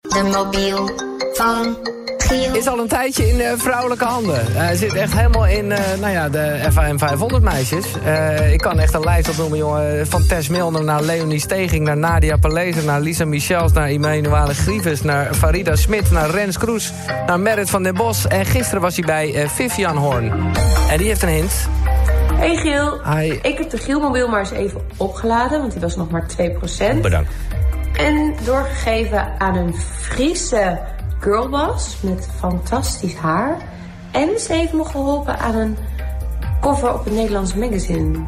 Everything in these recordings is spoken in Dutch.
de mobiel van Giel. Is al een tijdje in eh, vrouwelijke handen. Eh, Hij zit echt helemaal in eh, nou ja, de FAM 500 meisjes. Eh, ik kan echt een lijst opnoemen, jongen. Van Tess Milner naar Leonie Steging, naar Nadia Palezer, naar Lisa Michels, naar Immanuele Grieves, naar Farida Smit, naar Rens Kroes, naar Merit van den Bos. En gisteren was hij bij eh, Vivian Horn. En die heeft een hint. Hey Giel, Hi. ik heb de Gielmobiel maar eens even opgeladen, want die was nog maar 2%. Bedankt. En doorgegeven aan een Friese girlboss met fantastisch haar. En ze heeft me geholpen aan een cover op een Nederlands magazine.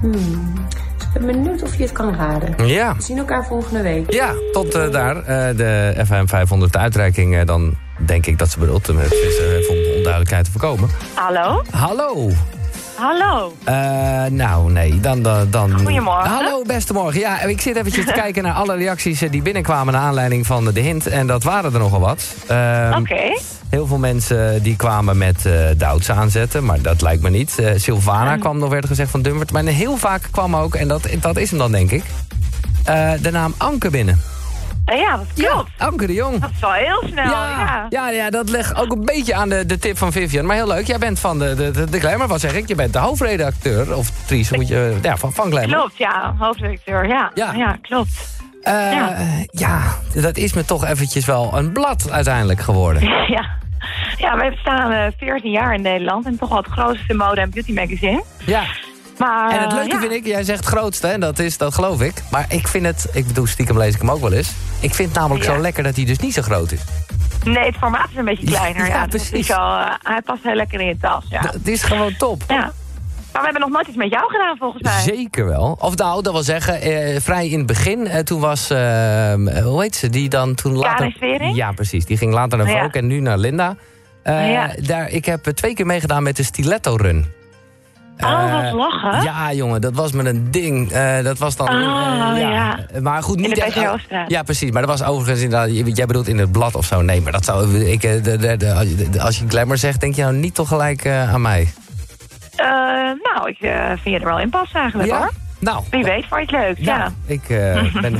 Hmm. Dus ik ben benieuwd of je het kan raden. Ja. We zien elkaar volgende week. Ja, tot eh, daar. eh, de FM 500 uitreiking. eh, dan denk ik dat ze bedoelt hem heeft. Is eh, even om onduidelijkheid te voorkomen. Hallo? Hallo. Hallo? Eh, nou, nee. Dan, dan, dan... Goedemorgen. Hallo, beste morgen. Ja, ik zit eventjes te kijken naar alle reacties eh, die binnenkwamen... naar aanleiding van de hint. En dat waren er nogal wat. Ehm, Oké. Heel veel mensen die kwamen met eh Douds aanzetten, maar dat lijkt me niet. Eh, Sylvana kwam nog, werd gezegd van Dumbert. Maar heel vaak kwam ook, en dat, dat is hem dan denk ik, eh, de naam Anke binnen. Eh, ja, dat klopt. Anke de Jong. Dat is wel heel snel, Nou, ja. ja, ja, dat legt ook een beetje aan de, de tip van Vivian. Maar heel leuk, jij bent van de, de, de, de Glamour, wat zeg ik? Je bent de hoofdredacteur, of actrice, moet je, ja, van, van Glamour. Klopt, ja. Hoofdredacteur, ja. Ja. ja. klopt. Eh, ja. dat is me toch eventjes wel een blad uiteindelijk geworden. ja. Ja, wij bestaan eh 14 jaar in Nederland en toch wel het grootste mode- en beauty magazine. Ja. Maar, En het eh, leuke ja. vind ik, jij zegt grootste, en dat is, dat geloof ik. Maar ik vind het, ik bedoel, stiekem lees ik hem ook wel eens. Ik vind het namelijk Ja. zo lekker dat hij dus niet zo groot is. Nee, het formaat is een beetje kleiner. Ja, Ja, dus het is precies. wel, eh, hij past heel lekker in je tas, ja. Dat is gewoon top. ja. Maar we hebben nog nooit iets met jou gedaan, volgens mij. Zeker wel. Of nou, dat wil zeggen, eh, vrij in het begin, eh, toen was, ehm, eh, hoe heet ze, die dan toen later... Karin Svering? Ja, precies. Die ging later naar Ja. Vogue en nu naar Linda. Eh, Ja. daar, ik heb eh, twee keer meegedaan met de Stiletto Run. Oh, wat Eh, lachen. Ja, jongen, dat was met een ding. Eh, dat was dan... Oh, eh, ja. Maar goed, niet de echt... PTO-straat. Ja, precies. Maar dat was overigens inderdaad... je- Jij bedoelt in het blad of zo. Nee, maar dat zou... Ik, eh, de- de- de- als je- als je glamour zegt, denk je nou niet toch gelijk eh, aan mij. Eh, nou, ik eh, vind je er wel in passen eigenlijk, hoor. Nou, Wie weet, vond je het leuk, ja, ja. ik eh, ben...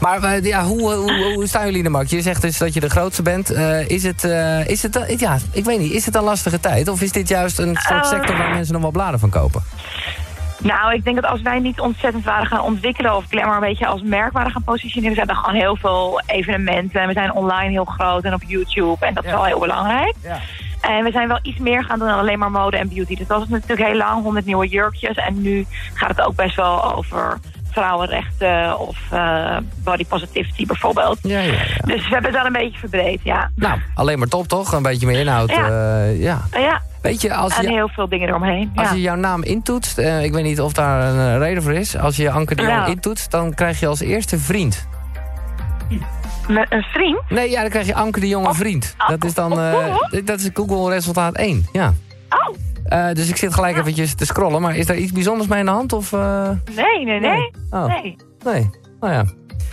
maar eh, ja, hoe, hoe, hoe staan jullie in de markt? Je zegt dus dat je de grootste bent. Eh, is het, eh, is het, eh, ja, ik weet niet, is het een lastige tijd? Of is dit juist een soort Eh. sector waar mensen nog wel bladen van kopen? Nou, ik denk dat als wij niet ontzettend waren gaan ontwikkelen... of Glamour een beetje als merk waren gaan positioneren... zijn er gewoon heel veel evenementen. En we zijn online heel groot en op YouTube. En dat Ja. is wel heel belangrijk. Ja. En we zijn wel iets meer gaan doen dan alleen maar mode en beauty. Dus dat was natuurlijk heel lang, 100 nieuwe jurkjes. En nu gaat het ook best wel over vrouwenrechten of eh, body positivity bijvoorbeeld. Ja, ja, ja. Dus we hebben het wel een beetje verbreed, ja. Nou, alleen maar top toch? Een beetje meer inhoud. Ja. eh, ja. Ah, Ja, Weet je, als en je, heel veel dingen eromheen. als ja. je jouw naam intoetst, eh, ik weet niet of daar een eh, reden voor is. Als je Anke de Jong Ja. intoetst, dan krijg je als eerste vriend. Met een vriend? Nee, ja, dan krijg je Anke de Jong een vriend. oh, Dat is dan op eh, Google? dat is Google resultaat 1. Ja. Oh, Eh, dus ik zit gelijk eventjes te scrollen, maar is daar iets bijzonders mee in de hand? Of, eh, nee, nee, nee. Oh, Nee, nee. Nou ja. er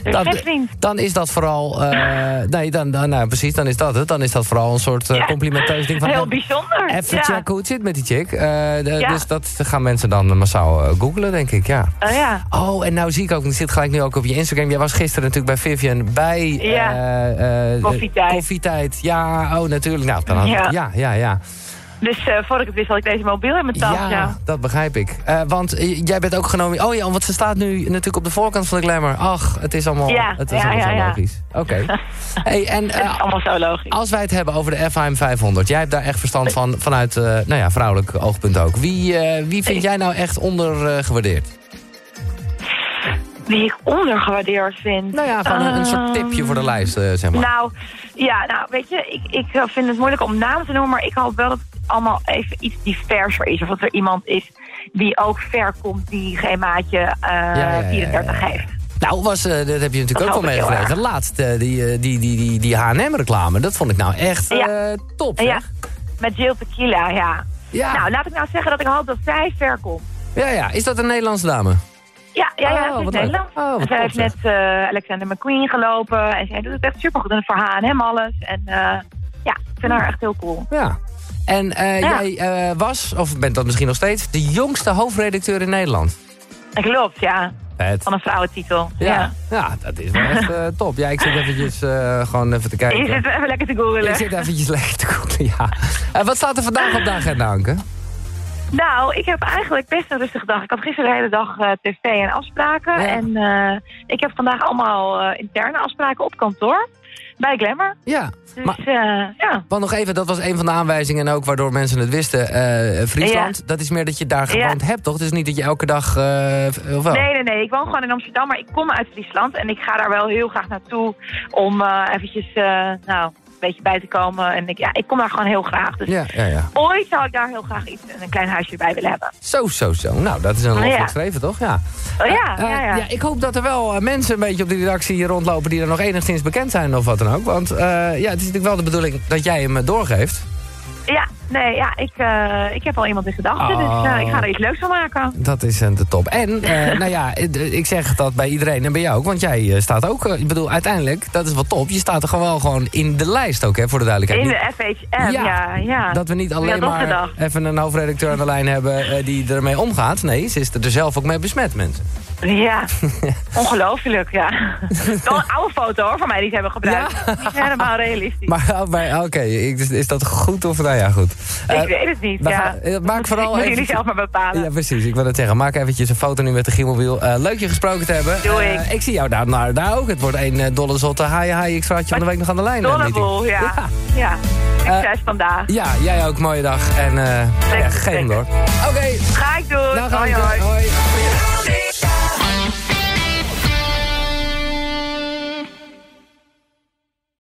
is Dat- geen vriend. Dan is dat vooral... eh, nee, dan, dan, nou, precies, dan is dat het. Dan is dat vooral een soort eh, complimenteus ding van... Heel eh, bijzonder. Even ja. checken hoe het zit met die chick. Eh, de- Ja. Dus dat gaan mensen dan massaal eh, googlen, denk ik, ja. Oh, ja. Oh, en nou zie ik ook, ik zit gelijk nu ook op je Instagram. Jij was gisteren natuurlijk bij Vivian bij... Ja. eh, eh, Koffietijd. Koffietijd, ja, oh natuurlijk. Nou, dan had- Ja. ja, ja, ja. Dus eh voordat ik het wist had ik deze mobiel in mijn tas. Ja. dat begrijp ik. Eh, want eh, jij bent ook genomen... Oh ja, want ze staat nu natuurlijk op de voorkant van de Glamour. Ach, het is allemaal, Ja, het is ja, allemaal ja, zo ja. logisch. Oké. hey, en eh, Het is allemaal zo logisch. als wij het hebben over de FHM 500... jij hebt daar echt verstand van vanuit eh, nou ja, vrouwelijk oogpunt ook. Wie, eh, wie vind jij nou echt ondergewaardeerd? Die ik ondergewaardeerd vind. Ah. nou ja, gewoon een, een soort tipje voor de lijst, eh, zeg maar. Ehm, Nou, ja, nou, weet je, ik, ik eh, vind het moeilijk om namen te noemen, maar ik hoop wel dat het allemaal even iets diverser is. Of dat er iemand is die ook ver komt, die geen maatje eh ja, ja, ja. 34 heeft. Nou, was, eh, dat heb je natuurlijk Dat ook hoop wel ik heel meegekregen. erg. Laatst, eh, die, eh, die, die, die, die H&M-reclame, dat vond ik nou echt Ja. eh, top, Ja, zeg. Ah. met Jill Tequila, ja. Ja. Nou, laat ik nou zeggen dat ik hoop dat zij ver komt. Ja, ja. Is dat een Nederlandse dame? Ja, ja, Oh, ja, ze wat is leuk. Nederlands. Oh, wat En zij top, heeft net eh, Alexander McQueen gelopen en zij doet het echt supergoed. En het voor H&M alles. En eh, ja, ik vind haar echt heel cool. Ja. En eh, Ja. jij eh, was, of bent dat misschien nog steeds, de jongste hoofdredacteur in Nederland. En klopt, ja. Vet. van een vrouwentitel. Ja. Ja, ja, dat is wel echt eh, top. Ja, ik zit eventjes eh, gewoon even te Je kijken. zit even lekker te Ik googelen. zit eventjes lekker te googlen, ja. En wat staat er vandaag op de agenda, Anke? Nou, ik heb eigenlijk best een rustige dag. Ik had gisteren de hele dag eh, tv en afspraken. Ja. En eh, ik heb vandaag allemaal eh, interne afspraken op kantoor. Bij Glamour. Ja, Dus Maar- eh, ja. want nog even, dat was een van de aanwijzingen en ook waardoor mensen het wisten. eh, Friesland, dat is meer dat je daar Ja. gewoond hebt, toch? Het is niet dat je elke dag, eh, of wel? Nee, nee, nee. Ik woon gewoon in Amsterdam, maar ik kom uit Friesland. En ik ga daar wel heel graag naartoe om eh, eventjes eh, nou, een beetje bij te komen. En ik, ja, ik kom daar gewoon heel graag. Dus Ja, ja, ja. ooit zou ik daar heel graag iets, een klein huisje bij willen hebben. Zo, zo, zo. Nou, dat is een lot Ja. geschreven, toch? Ja. Oh, ja, Eh, eh, ja, ja. Ik hoop dat er wel eh, mensen een beetje op de redactie hier rondlopen... die er nog enigszins bekend zijn of wat dan ook. Want eh, ja, het is natuurlijk wel de bedoeling dat jij hem eh, doorgeeft. Ja, nee, ja, ik, eh, ik heb al iemand in gedachten, Oh. dus eh, ik ga er iets leuks van maken. Dat is eh, de top. En, eh, nou ja, eh, d- ik zeg dat bij iedereen en bij jou ook. Want jij eh, staat ook, eh, ik bedoel, uiteindelijk, dat is wel top. Je staat er gewoon wel gewoon in de lijst ook, hè, voor de duidelijkheid. In Niet- de FHM, ja. ja, Dat we niet alleen Ja, dat maar gedacht. even een hoofdredacteur aan de lijn hebben eh, die ermee omgaat. Nee, ze is er zelf ook mee besmet, mensen. Ja, ongelooflijk, ja. Wel een oude foto hoor, van mij die ze hebben gebruikt. Niet helemaal realistisch. Maar, eh, maar oké, ik- is, is dat goed of nou ja, goed. Eh, ik weet het niet, we ja. gaan- eh, maak vooral Moeten even- jullie zelf maar bepalen. Ja, precies. Ik wil het zeggen. Maak eventjes een foto nu met de Giemelwiel. Eh, leuk je gesproken te hebben. Doe Eh, ik. ik zie jou daar, daar, daar ook. Het wordt een eh dolle zotte haaien haaien. Ik straat je van de week nog aan de lijn. eh, Dolleboel, meeting. ja. Eh, ja. Succes vandaag. Ja, jij ook. Mooie dag. En eh ja, Zeker, geef hem zeker. door. Oké, Ga ik doen. nou gaan hoi, we. hoi. Hoi.